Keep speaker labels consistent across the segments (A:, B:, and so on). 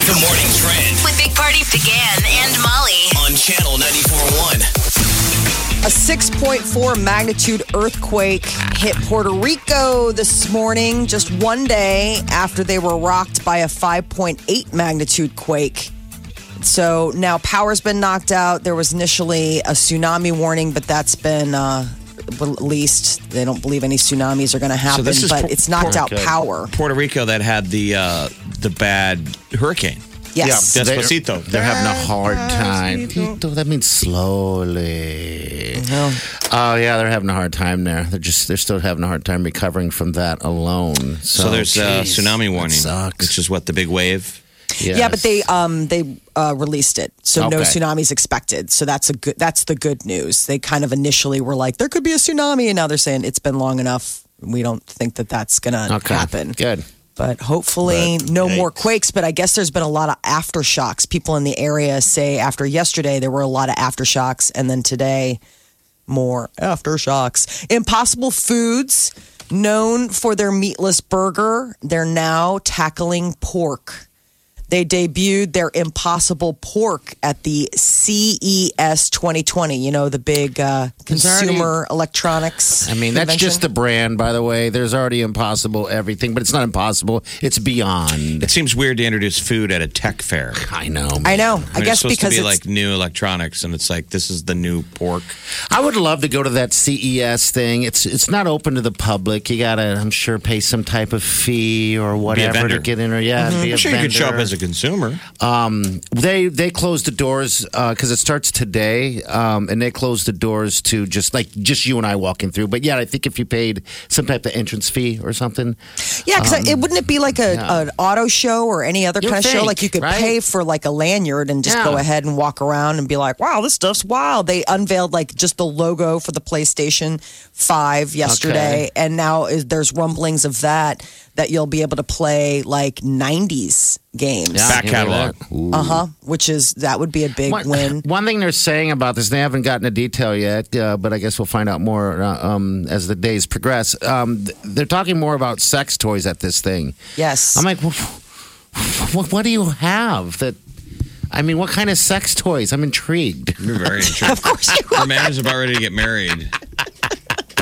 A: The morning trend
B: With Big Party began and Molly.
A: on channel 94.1.
C: A 6.4 magnitude earthquake hit Puerto Rico this morning, just one day after they were rocked by a 5.8 magnitude quake. So now power's been knocked out. There was initially a tsunami warning, but that's been uh, released. They don't believe any tsunamis are going to happen, but
A: Pu-
C: it's knocked out
A: Puerto-
C: power.
A: Puerto Rico that had the uh, the bad hurricane.
C: Yes.
D: Yeah,
A: Despacito.
D: They're having a hard time. Tito, That means slowly. Oh yeah, they're having a hard time there. They're just they're still having a hard time recovering from that alone. So, uh,
A: So there's a
D: geez,
A: tsunami
D: Oh, that
A: warning,
D: Sucks.
A: which is what the big wave.
C: Yeah, but they um they uh, released it, so no
D: Okay.
C: tsunamis expected. So that's a good that's the good news. They kind of initially were like there could be a tsunami, and now they're saying it's been long enough. We don't think that that's gonna
D: Okay.
C: happen.
D: Good.
C: But hopefully, no more quakes. But I guess there's been a lot of aftershocks. People in the area say after yesterday there were a lot of aftershocks, and then today more aftershocks. Impossible Foods, known for their meatless burger, they're now tackling pork. They debuted their Impossible Pork at the E CES 2020. You know the big uh, consumer electronics.
D: I mean, that's just the brand, by the way. There's already impossible everything, but it's not impossible. It's beyond.
A: It seems weird to introduce food at a tech fair.
D: I know.
C: I know. I
A: mean,
C: guess
A: it's supposed
C: because
A: to be
C: it's
A: like new electronics, and it's like this is the new pork.
D: I would love to go to that CES thing. It's it's not open to the public. You gotta, I'm sure, pay some type of fee or whatever
A: vendor. Mm-hmm.
D: to get in. Or yeah, be a
A: I'm sure you could show up
D: vendor.
A: as a consumer.
D: they they closed the doors because it starts today, um, and they closed the doors to just like just you and I walking through. But yeah, I think if you paid some type of entrance fee or something,
C: Yeah, because
D: Um,
C: it wouldn't it be like a, an auto show or any other
D: You'd
C: kind of show?
D: think,
C: Like you could
D: right?
C: pay for like a lanyard and just
D: Yeah.
C: go ahead and walk around and be like, "Wow, this stuff's wild." They unveiled like just the logo for the PlayStation Five yesterday, and now is, there's rumblings of that that you'll be able to play like '90s games.
A: Back catalog.
C: Uh huh. Which is that would be a big
D: One,
C: win.
D: one thing they're saying about this, they haven't gotten a detail yet, uh, but I guess we'll find out more uh, um, as the days progress. Um, th- they're talking more about sex toys at this thing.
C: Yes.
D: I'm like, "Wha- wha- what do you have that? I mean, what kind of sex toys? I'm intrigued.
A: You're very interesting.
C: of course you
A: Her man is about ready to get married.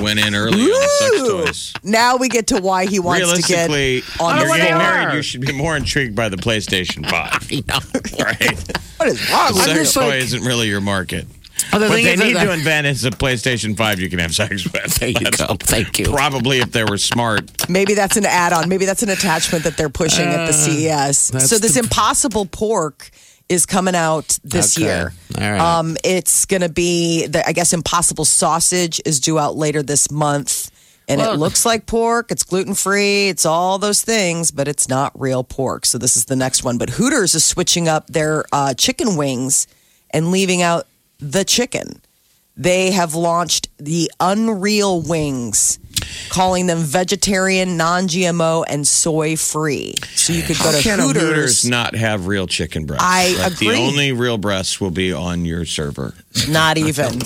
A: Went in early on the sex toys.
C: Now we get to why he wants to get
A: Realistically,
C: on
A: you're
C: the
A: getting
C: floor.
A: married. You should be more intrigued by the PlayStation Five,
D: You know?
A: right?
C: What is wrong?
A: sex
C: with you?
D: just
A: toy
D: like-
A: isn't really your market.
D: Oh, the
A: What
D: thing
A: they
D: is that-
A: need to invent is a PlayStation 5 you can have sex with.
D: There you
A: That's
D: go. Thank you.
A: Probably if they were smart.
C: Maybe that's an add-on. Maybe that's an attachment that they're pushing at
D: Uh,
C: the CES. So this impossible pork is coming out this
D: Okay.
C: year.
D: All right.
C: Um, it's going to be the I guess impossible sausage is due out later this month. And it
D: Well-
C: looks like pork. It's gluten free. It's all those things, but it's not real pork. So this is the next one. But Hooters is switching up their uh, chicken wings and leaving out the chicken. They have launched the Unreal Wings, calling them vegetarian, non GMO, and soy free. So you could go to
A: Can a
C: Hooters.
A: Hooters not have real chicken breasts?
C: I
A: Like, The
C: agree.
A: only real breasts will be on your server.
C: Not even.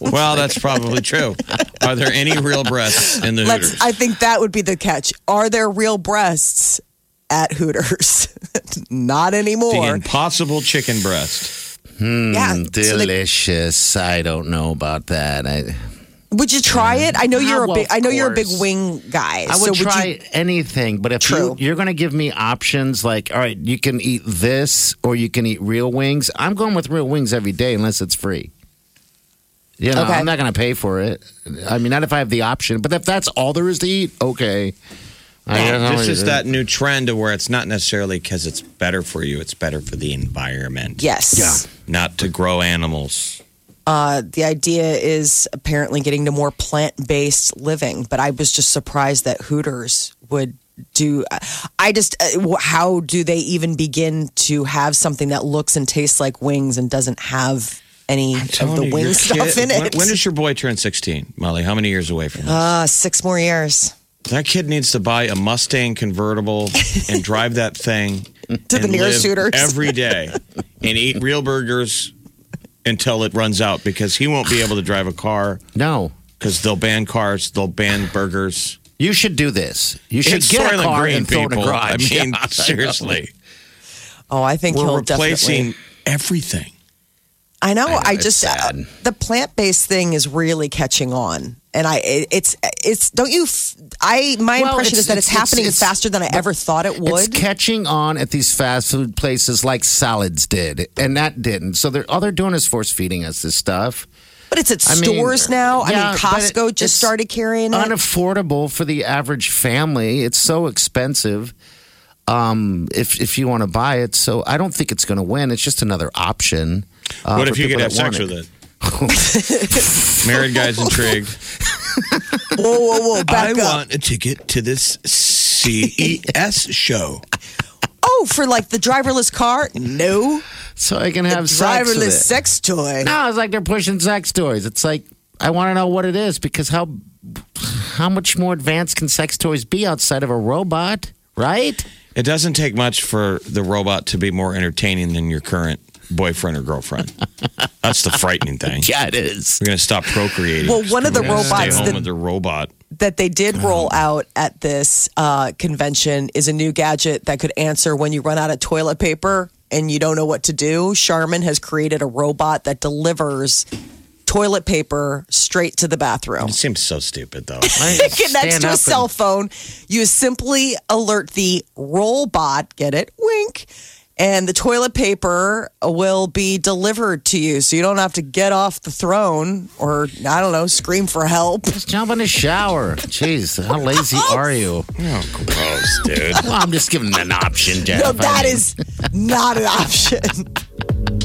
A: Well, that's probably true. Are there any real breasts in the Hooters?
C: Let's, I think that would be the catch. Are there real breasts at Hooters? Not
A: the
C: anymore.
A: impossible chicken breast.
C: yeah. so they-
D: Mm, Delicious. I don't know about that. I,
C: would you try it? I know you're a
D: Ah, well,
C: big. I know you're a big
D: of course.
C: wing guy.
D: I would
C: so
D: try
C: Would you,
D: anything, but if
C: True.
D: You, you're going to give me options like, all right, you can eat this or you can eat real wings, I'm going with real wings every day unless it's free. You know,
C: Okay.
D: I'm not going to pay for it. I mean, not if I have the option, but if that's all there is to eat, okay. I guess I'll
A: This
D: eat
A: is
D: it.
A: that new trend where it's not necessarily because it's better for you, it's better for the environment.
C: yes.
A: Not to grow animals.
C: Uh, the idea is apparently getting to more plant based living, but I was just surprised that Hooters would do I just uh, wh- how do they even begin to have something that looks and tastes like wings and doesn't have any of the
A: Tony,
C: wing
A: your
C: stuff
A: kid-
C: in it?
A: When, when does your boy turn 16, Molly? How many years away from that?
C: uh, six more years
A: that kid needs to buy a Mustang convertible and drive that thing
C: to the
A: and
C: nearest
A: live
C: shooters.
A: every day and eat real burgers until it runs out because he won't be able to drive a car
D: No.
A: because they'll ban cars, they'll ban burgers.
D: You should do this. You should
A: It's
D: get a
A: Soylent
D: car
A: Green,
D: and throw it in a
A: people.
D: garage.
A: I mean,
D: Yeah.
A: seriously,
C: oh, I think
A: we're
C: he'll
A: replacing
C: definitely.
A: everything.
C: I know. I,
D: it's
C: just uh,
D: sad.
C: the plant based thing is really catching on, and I it, it's it's don't you? F- I my
D: Well,
C: impression is
D: it's-
C: that it's,
D: it's-
C: happening
D: it's- it's-
C: faster than I ever thought it would.
D: It's catching on at these fast food places like salads did, and that didn't. So they're, all they're doing is force feeding us this stuff.
C: But it's at
D: I mean,
C: stores now. I
D: yeah,
C: mean,
D: but it-
C: Costco just
D: it's
C: started carrying it.
D: Unaffordable for the average family. It's so expensive. Um, if if you want to buy it, so I don't think it's going to win. It's just another option. uh,
A: what
D: for
A: if you
D: people
A: could have
D: that want
A: sex with it? Married guy's intrigued.
C: whoa, whoa, whoa! Back
A: I
C: up.
A: want a ticket to this CES show.
C: oh, for like the driverless car? No,
D: So I can
C: the
D: have sex with it.
C: driverless sex toy.
D: No, it's like they're pushing sex toys. It's like I want to know what it is because how how much more advanced can sex toys be outside of a robot, right?
A: It doesn't take much for the robot to be more entertaining than your current boyfriend or girlfriend. That's the frightening thing.
D: Yeah, it is.
A: We're going to stop procreating.
C: Well, one of the
A: We're gonna
C: robots
A: Stay home
C: that-
A: with the robot.
C: That they did roll out at this uh, convention is a new gadget that could answer when you run out of toilet paper and you don't know what to do. Charmin has created a robot that delivers toilet paper straight to the bathroom.
A: It seems so stupid, though.
C: It connects to a cell phone. You simply alert the roll bot, get it, wink, and the toilet paper will be delivered to you. So you don't have to get off the throne or, I don't know, scream for help.
D: Just jump in the shower. Jeez, how lazy are you?
A: oh, gross, dude.
D: Well, I'm just giving an option, Jeff.
C: No,
D: I
C: that
D: mean,
C: is not an option.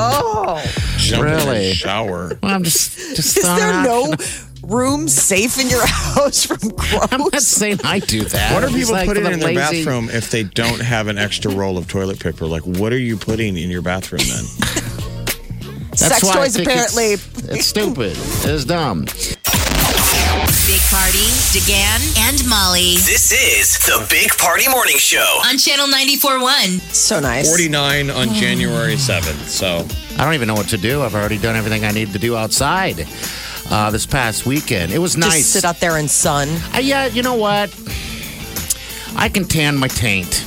C: Oh,
A: Jump in
D: Really?
A: the shower.
D: Well, I'm just just
C: is
D: throwing
C: there
D: an
C: no
D: option.
C: room safe in your house from
D: I'm not
C: gross?
D: saying I do that.
A: What are
D: I'm just
A: people
D: like,
A: putting
D: for the
A: in their
D: lazy-
A: bathroom if they don't have an extra roll of toilet paper? Like, what are you putting in your bathroom then?
D: That's
C: Sex
D: why I
C: toys
D: think it's-
C: apparently.
D: it's stupid. It's dumb.
B: Big Party, DeGan, and Molly
E: This is the Big Party Morning Show.
B: on Channel 94.1.
C: So nice.
A: 49 on January 7th. So,
D: I don't even know what to do. I've already done everything I need to do outside uh, this past weekend. It was
C: Just
D: nice.
C: sit out there and sun.
D: Uh, yeah, you know what? I can tan my taint.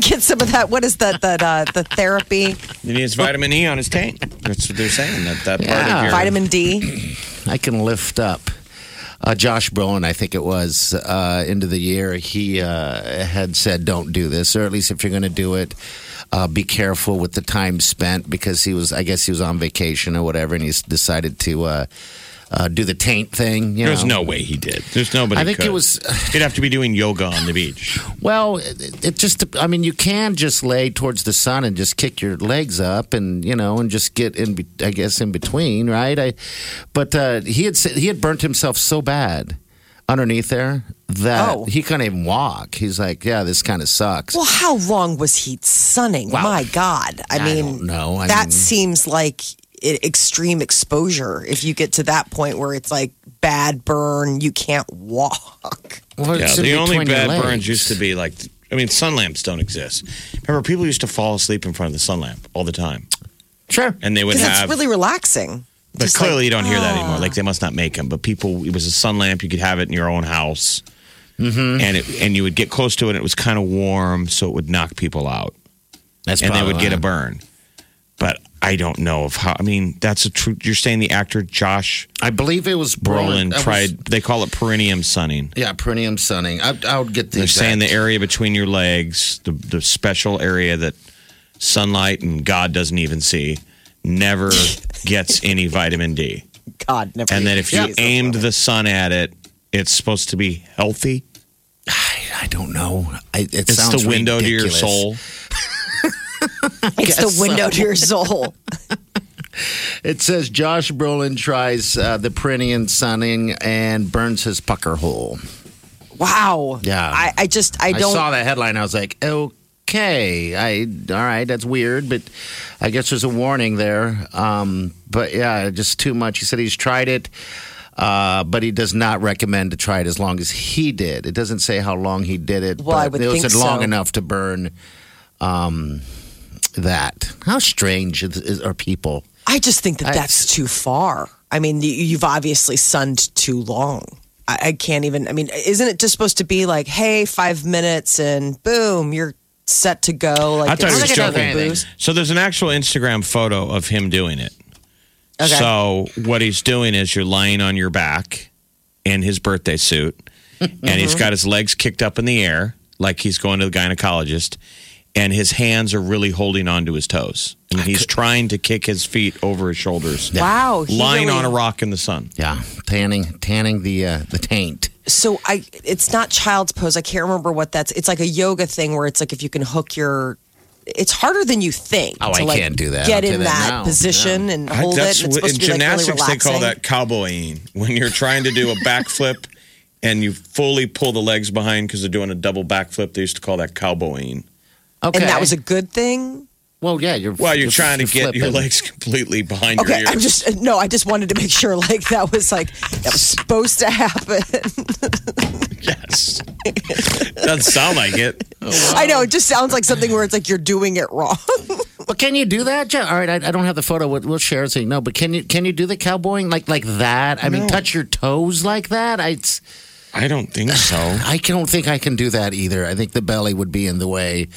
C: get some of that. What is that? That uh, the therapy,
A: he needs vitamin E on his tank. That's what they're saying. That, that part of
D: Yeah. E.
A: your
C: vitamin D.
D: I can lift up. Uh, Josh Brolin, I think it was, uh, end of the year, he uh, had said, don't do this, or at least if you're going to do it, uh, be careful with the time spent because he was, I guess he was on vacation or whatever, and he's decided to uh, uh, do the taint thing. You
A: There's no
D: know?
A: way he did. There's nobody.
D: I think
A: could.
D: it was-
A: He'd have to be doing yoga on the beach.
D: Well, it, it just, I mean, you can just lay towards the sun and just kick your legs up and, you know, and just get in, be- I guess, in between, right? I, but uh, he had said- he had burnt himself so bad underneath there that
C: Oh.
D: he couldn't even walk. He's like, yeah, this kind of sucks.
C: Well, how long was he sunning?
D: Wow.
C: My God, I,
D: I
C: mean,
D: don't know. I
C: that
D: mean-
C: seems like i extreme exposure. If you get to that point where it's like bad burn, you can't walk.
D: Well,
A: yeah,
D: it's in
A: the only
D: between your
A: bad burns
D: legs.
A: used to be like, I mean, sun lamps don't exist. Remember, people used to fall asleep in front of the sun lamp all the time,
D: Sure.
A: and they would
C: Because
A: have.
C: it's really relaxing.
A: but
C: just
A: clearly,
C: like, ah.
A: you don't hear that anymore. Like they must not make them. But people, it was a sun lamp. You could have it in your own house, mm-hmm. and it, and you would get close to it. and It was kind of warm, so it would knock people out,
D: That's
A: and they would get a
D: burn.
A: burn. But I don't know of how. I mean, that's a true. You're saying the actor Josh
D: I believe it was Brolin.
A: Brolin
D: I was-
A: tried. they call it perineum sunning.
D: yeah, perineum sunning. I, I would get the.
A: They're saying the
D: exact-
A: area between your legs, the, the special area that sunlight and God doesn't even see, never gets any vitamin D.
C: God, never.
A: And then if you
C: Jesus.
A: aimed the sun at it, it's supposed to be healthy.
D: I, I don't know. I, it
A: It's
D: sounds
A: the window to your
D: ridiculous.
A: soul.
C: it's the window to your soul.
D: It says Josh Brolin tries uh, the Prinian sunning and burns his pucker hole.
C: wow.
D: Yeah.
C: I, I just, I
D: I,
C: don't.
D: saw that headline. I was like, okay, I all right, that's weird, but I guess there's a warning there. Um, but yeah, just too much. He said he's tried it, uh, but he does not recommend to try it as long as he did. It doesn't say how long he did it.
C: Well,
D: but
C: I would
D: it
C: think
D: said long
C: so.
D: enough to burn um, that. How strange is, is, are people?
C: I just think that
D: I-
C: that's too far. I mean, you- you've obviously sunned too long. I, I can't even. I mean, isn't it just supposed to be like, hey, five minutes and boom, you're set to go? Like,
A: I thought he was
C: it's not
A: joking.
C: a boost.
A: So there's an actual Instagram photo of him doing it.
C: Okay.
A: So what he's doing is you're lying on your back in his birthday suit, and
C: Mm-hmm.
A: he's got his legs kicked up in the air like he's going to the gynecologist, and his hands are really holding onto his toes, and he's trying to kick his feet over his shoulders.
C: Wow, he
A: lying
C: really-
A: on a rock in the sun.
D: Yeah, tanning, tanning the uh, the taint.
C: so I it's not child's pose. I can't remember what that's. It's like a yoga thing where it's like if you can hook your. It's harder than you think.
D: Oh,
C: to
D: I
C: like
D: can't do that.
C: Get
D: I'll
C: in
D: do that
C: that
D: now.
C: position and hold it. And it's
A: what-
C: supposed
A: in
C: to be like really
A: gymnastics
C: relaxing.
A: they call that cowboying when you're trying to do a backflip and you fully pull the legs behind because they're doing a double backflip. They used to call that cowboying.
D: Okay.
C: And that was a good thing.
D: well, yeah. You're
A: Well, you're, trying to
D: you're
A: get your
D: flipping.
A: legs completely behind
C: Okay,
A: your
C: I'm
A: ears.
C: just uh, no. I just wanted to make sure like that was like that was supposed to happen.
A: yes. Doesn't sound like it.
C: I know it just sounds like something where it's like you're doing it wrong.
D: But can you do that? Jo- All right, I, I don't have the photo. We'll, we'll share it so you know. But can you can you do the cowboying like like that? I mean, touch your toes like that. I it's-
A: I don't think so.
D: I don't think I can do that either. I think the belly would be in the way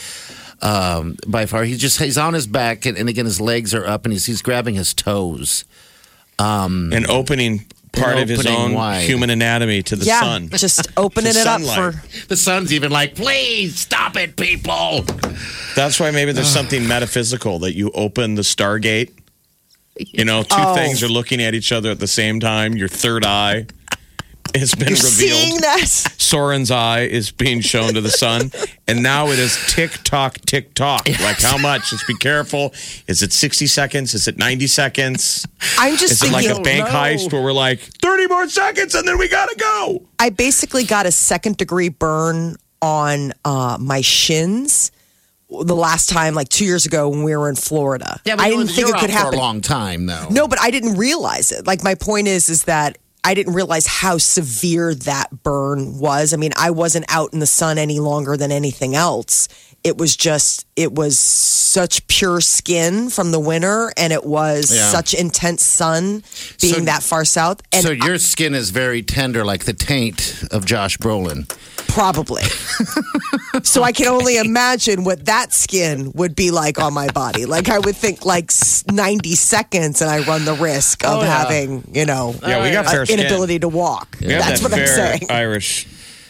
D: um, by far. He's just he's on his back, and, and again, his legs are up, and he's he's grabbing his toes.
A: An opening part of his
D: opening
A: own
D: wide.
A: human anatomy to the
C: yeah,
A: sun.
C: just opening
A: The
C: it up
A: sunlight.
C: for.
D: The son's even like, please stop it, people.
A: That's why maybe there's something metaphysical that you open the Stargate. You know, two
C: Oh.
A: things are looking at each other at the same time. Your third eye has been
C: You're
A: revealed.
C: seeing that.
A: Soren's eye is being shown to the sun, and now it is tick tock, tick tock. Like how much? Just be careful. Is it sixty seconds? Is it ninety seconds?
C: I'm just
A: Is it like
C: thinking.
A: a bank
D: know.
A: heist where we're like thirty more seconds and then we gotta go?
C: I basically got a second degree burn on uh, my shins the last time, like two years ago when we were in Florida.
D: Yeah, but
C: I
D: you-
C: didn't think
D: you're
C: it could
D: out for
C: happen.
D: a long time though.
C: No, but I didn't realize it. Like my point is, is that I didn't realize how severe that burn was. I mean, I wasn't out in the sun any longer than anything else. It was just, it was such pure skin from the winter, and it was
D: Yeah.
C: such intense sun being
D: So-
C: that far south. And
D: so your skin is very tender, like the taint of Josh Brolin.
C: Probably. so I can only imagine what that skin would be like on my body. Like I would think like s- 90 seconds and I run the risk of
D: Oh, yeah.
C: having, you know,
A: Yeah, we got
C: a
A: fair skin.
C: inability to walk.
A: We have
C: That's
A: that
C: what I'm
A: fair
C: saying.
A: Irish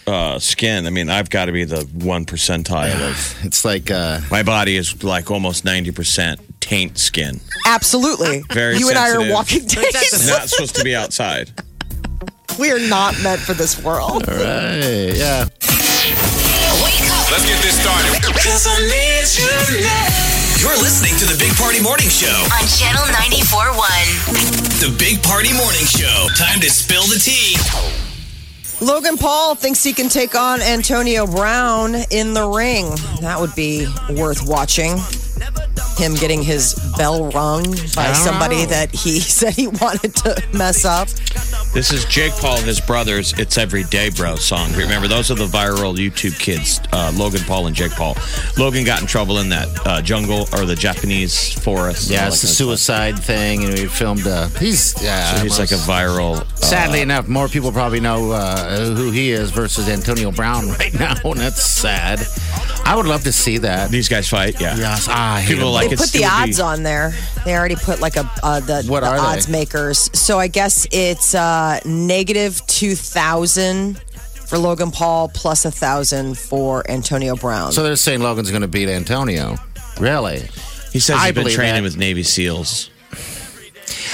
A: uh, skin. I mean, I've got to be the one percentile of
D: It's like uh,
A: my body is like almost ninety percent taint skin.
C: Absolutely.
A: Very
C: you and I are
A: sensitive.
C: walking
A: It's
C: tickets.
A: not supposed to be outside.
C: we are not meant for this world.
D: right, yeah.
F: Let's get this started.
E: You're listening to the Big Party Morning Show.
B: on Channel 94.1.
E: The Big Party Morning Show. Time to spill the tea.
C: Logan Paul thinks he can take on Antonio Brown in the ring. That would be worth watching. Him getting his bell rung by somebody that he said he wanted to mess up.
A: This is Jake Paul and his brothers. It's Everyday Bro song. Remember, those are the viral YouTube kids, uh, Logan Paul and Jake Paul. Logan got in trouble in that uh, jungle or the Japanese forest.
D: Yeah,
A: and all
D: it's
A: that
D: the
A: kind of
D: suicide thing, and we filmed. Uh, he's yeah,
A: stuff. He's like a viral. Uh,
D: Sadly enough, more people probably know uh, who he is versus Antonio Brown right now, and that's sad. I would love to see that.
A: these guys fight. Yeah.
D: Yes, ah, I hate
A: People
D: him.
A: like
C: They
A: it's
C: put the
A: it would
C: odds
A: be-
C: on there. They already put like a uh, the,
D: What
C: the
D: are they?
C: odds makers. So I guess it's uh, negative two thousand for Logan Paul plus a thousand for Antonio Brown.
D: So they're saying Logan's going to beat Antonio. Really?
A: He says
D: I
A: he's been
D: believe
A: training
D: that.
A: with Navy SEALs.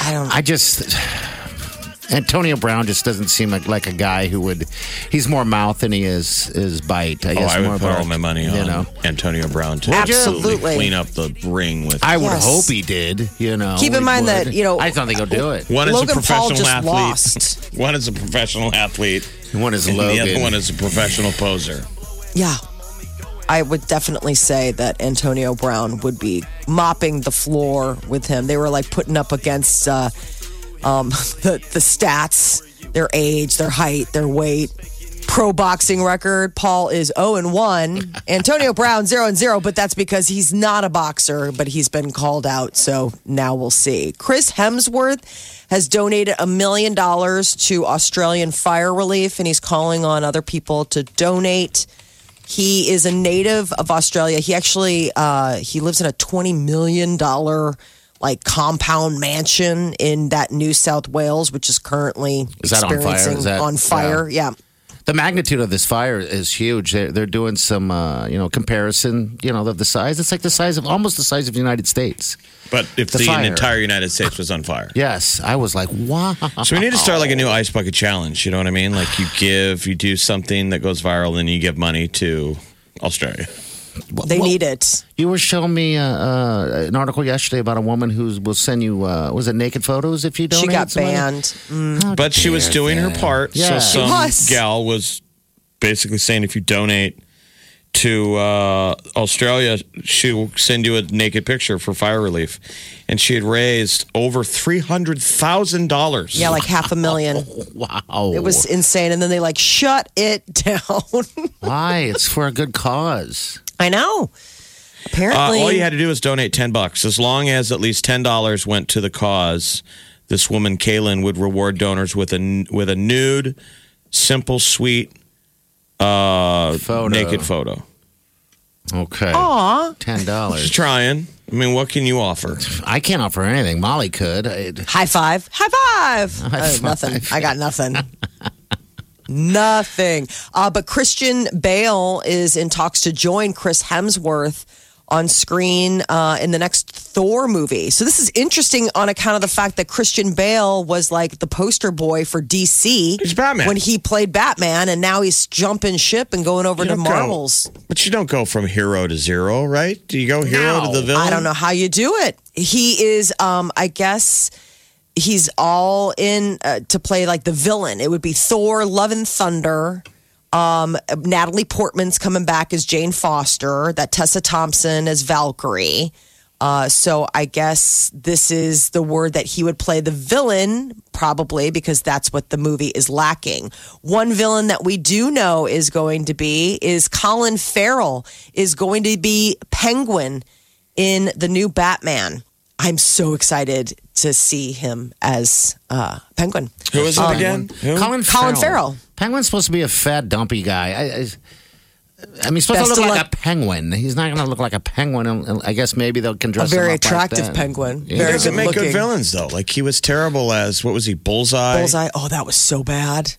C: I don't.
D: I just. Antonio Brown just doesn't seem like, like a guy who would. He's more mouth than he is is bite. I
A: Oh,
D: guess
A: I
D: more
A: would put
D: bark,
A: all my money on
D: You know,
A: Antonio Brown to
C: Absolutely.
A: clean up the ring with.
D: I would
C: Yes.
D: hope he did. You know,
C: Keep in
D: he
C: mind that, you know,
D: I don't think he'll do it.
A: one is a
C: Logan Paul
A: professional
C: just
A: athlete.
C: lost.
A: One is a professional athlete.
D: One is
A: and
D: Logan.
A: The other one is a professional poser.
C: Yeah. I would definitely say that Antonio Brown would be mopping the floor with him. They were like putting up against uh, um, the, the stats, their age, their height, their weight. Pro boxing record. Paul is 0 and 1. Antonio Brown 0 and 0, but that's because he's not a boxer, but he's been called out. So now we'll see. Chris Hemsworth has donated a million dollars to Australian fire relief, and he's calling on other people to donate. He is a native of Australia. He actually uh, he lives in a twenty million dollar like compound mansion in that New South Wales, which is currently
D: Is that on fire?
C: experiencing
D: Is that-
C: on fire. Yeah.
D: the magnitude of this fire is huge. They're, they're doing some, uh, you know, comparison. You know, of the size. It's like the size of almost the size of the United States.
A: But if
D: The
A: the,
D: fire.
A: entire United States was on fire.
D: Yes, I was like, wow.
A: So we need to start like a new ice bucket challenge. You know what I mean? Like you give, you do something that goes viral, and you give money to Australia.
C: They
D: Well,
C: need it.
D: You were showing me uh, uh, an article yesterday about a woman who will send you uh, was it naked photos if you don't.
C: She got banned.
A: But she was doing her part.
D: Yeah. She
A: So some
C: was.
A: gal was basically saying if you donate to uh, Australia, she will send you a naked picture for fire relief. And she had raised over $300,000.
C: Yeah, like half a million.
D: Wow,
C: It was insane. And then they like shut it down.
D: why? It's for a good cause.
C: I know.
A: Uh,
C: Apparently,
A: all you had to do was donate 10 bucks. As long as at least $10 went to the cause, this woman, Kaylin, would reward donors with a, with a nude, simple, sweet, uh,
D: Photo.
A: naked photo.
D: Okay,
C: Aw.
D: ten dollars.
A: She's trying. I mean, what can you offer?
D: I can't offer anything. Molly could. I,
C: High five. High five. Uh, nothing. I got nothing. nothing. Uh, but Christian Bale is in talks to join Chris Hemsworth on screen uh, in the next Thor movie. So this is interesting on account of the fact that Christian Bale was like the poster boy for DC
A: He's Batman.
C: when he played Batman, and now he's jumping ship and going over
A: You
C: to
A: don't go-
C: Marvel's.
A: But you don't go from hero to zero, right? Do you go hero to the villain?
C: I don't know how you do it. He is, um, I guess, he's all in uh, to play like the villain. It would be Thor, Love and Thunder. Um, Natalie Portman's coming back as Jane Foster. That Tessa Thompson as Valkyrie. Uh, so I guess this is the word that he would play the villain, probably because that's what the movie is lacking. One villain that we do know is going to be is Colin Farrell is going to be Penguin in the new Batman. I'm so excited to see him as uh, Penguin.
A: Who is it again? Who?
D: Colin Farrell.
C: Um, Colin Farrell.
D: Penguin's supposed to be a fat, dumpy guy. I, I, I mean, he's supposed
C: Best
D: to
C: of
D: look like
C: luck.
D: a penguin. He's not going to look like a penguin. and I guess maybe they'll can dress
C: A very
D: him up like
C: attractive
D: that.
C: penguin.
D: Yeah.
C: Very
A: Doesn't
C: good
A: make
C: looking.
A: good villains though. Like he was terrible as what was he? Bullseye.
C: Bullseye. Oh, that was so bad.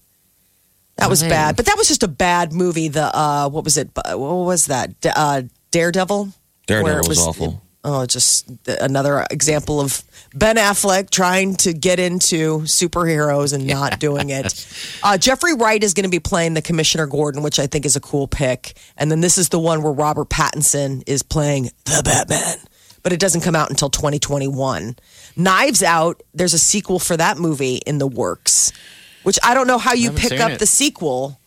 C: That was
D: Why?
C: bad. But that was just a bad movie. The uh, what was it? What was that? D- uh, Daredevil.
A: Daredevil
C: Where it
A: was awful.
C: oh, just another example of Ben Affleck trying to get into superheroes and not doing it. Uh, Jeffrey Wright is going to be playing the Commissioner Gordon, which I think is a cool pick. And then this is the one where Robert Pattinson is playing the Batman. But it doesn't come out until 2021. Knives Out, there's a sequel for that movie in the works, which I don't know how you
D: Haven't
C: pick
D: seen
C: up
D: it.
C: the sequel.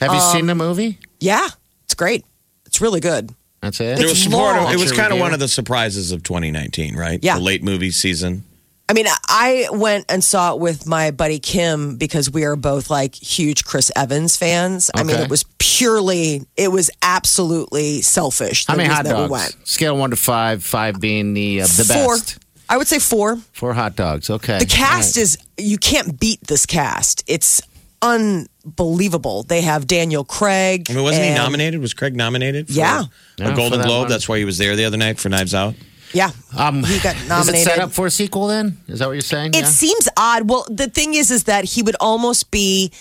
D: Have you
C: um,
D: seen the movie?
C: Yeah, it's great. It's really good.
D: That's it.
A: It was part of-
C: long.
A: It was kind of
D: Review.
A: one of the surprises of 2019, right?
C: Yeah.
A: The late movie season.
C: I mean, I went and saw it with my buddy Kim because we are both like huge Chris Evans fans. I mean,
D: Okay.
C: it was purely, it was absolutely selfish. The
D: How many
C: reason
D: hot
C: that
D: dogs?
C: we went.
D: Scale one to five, five being the uh, the
C: four.
D: best.
C: I would say four.
D: Four hot dogs. Okay.
C: The cast is, you can't beat this cast. It's unbelievable. They have Daniel Craig.
A: I mean, wasn't he
C: and-
A: nominated? Was Craig nominated? For
C: Yeah.
D: Yeah,
A: A
D: for
A: Golden
D: that
A: Globe.
D: one.
A: That's why he was there the other night for Knives Out.
C: Yeah.
D: Um,
C: he got
D: Is
C: nominated.
D: it set up for a sequel? Then is that what you're saying?
C: It seems odd. Well, the thing is, is that he would almost be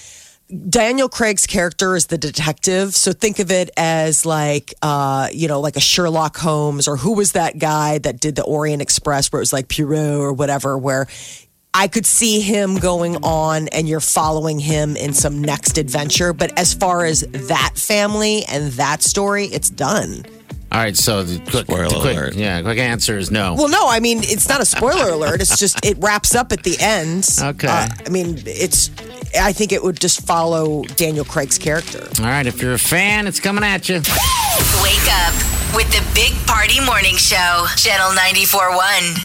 C: Daniel Craig's character is the detective. So think of it as like, uh, you know, like a Sherlock Holmes or who was that guy that did the Orient Express where it was like Pierrot or whatever, where. I could see him going on and you're following him in some next adventure. But as far as that family and that story, it's done.
D: All right, so the quick,
A: Spoiler
D: the quick-
A: alert.
D: yeah, quick answer is no.
C: Well, no, I mean, it's not a spoiler alert. It's just, it wraps up at the end.
D: Okay.
C: Uh, I mean, it's, I think it would just follow Daniel Craig's character.
D: All right, if you're a fan, it's coming at you.
B: Wake up with the Big Party Morning Show, Channel 94.1.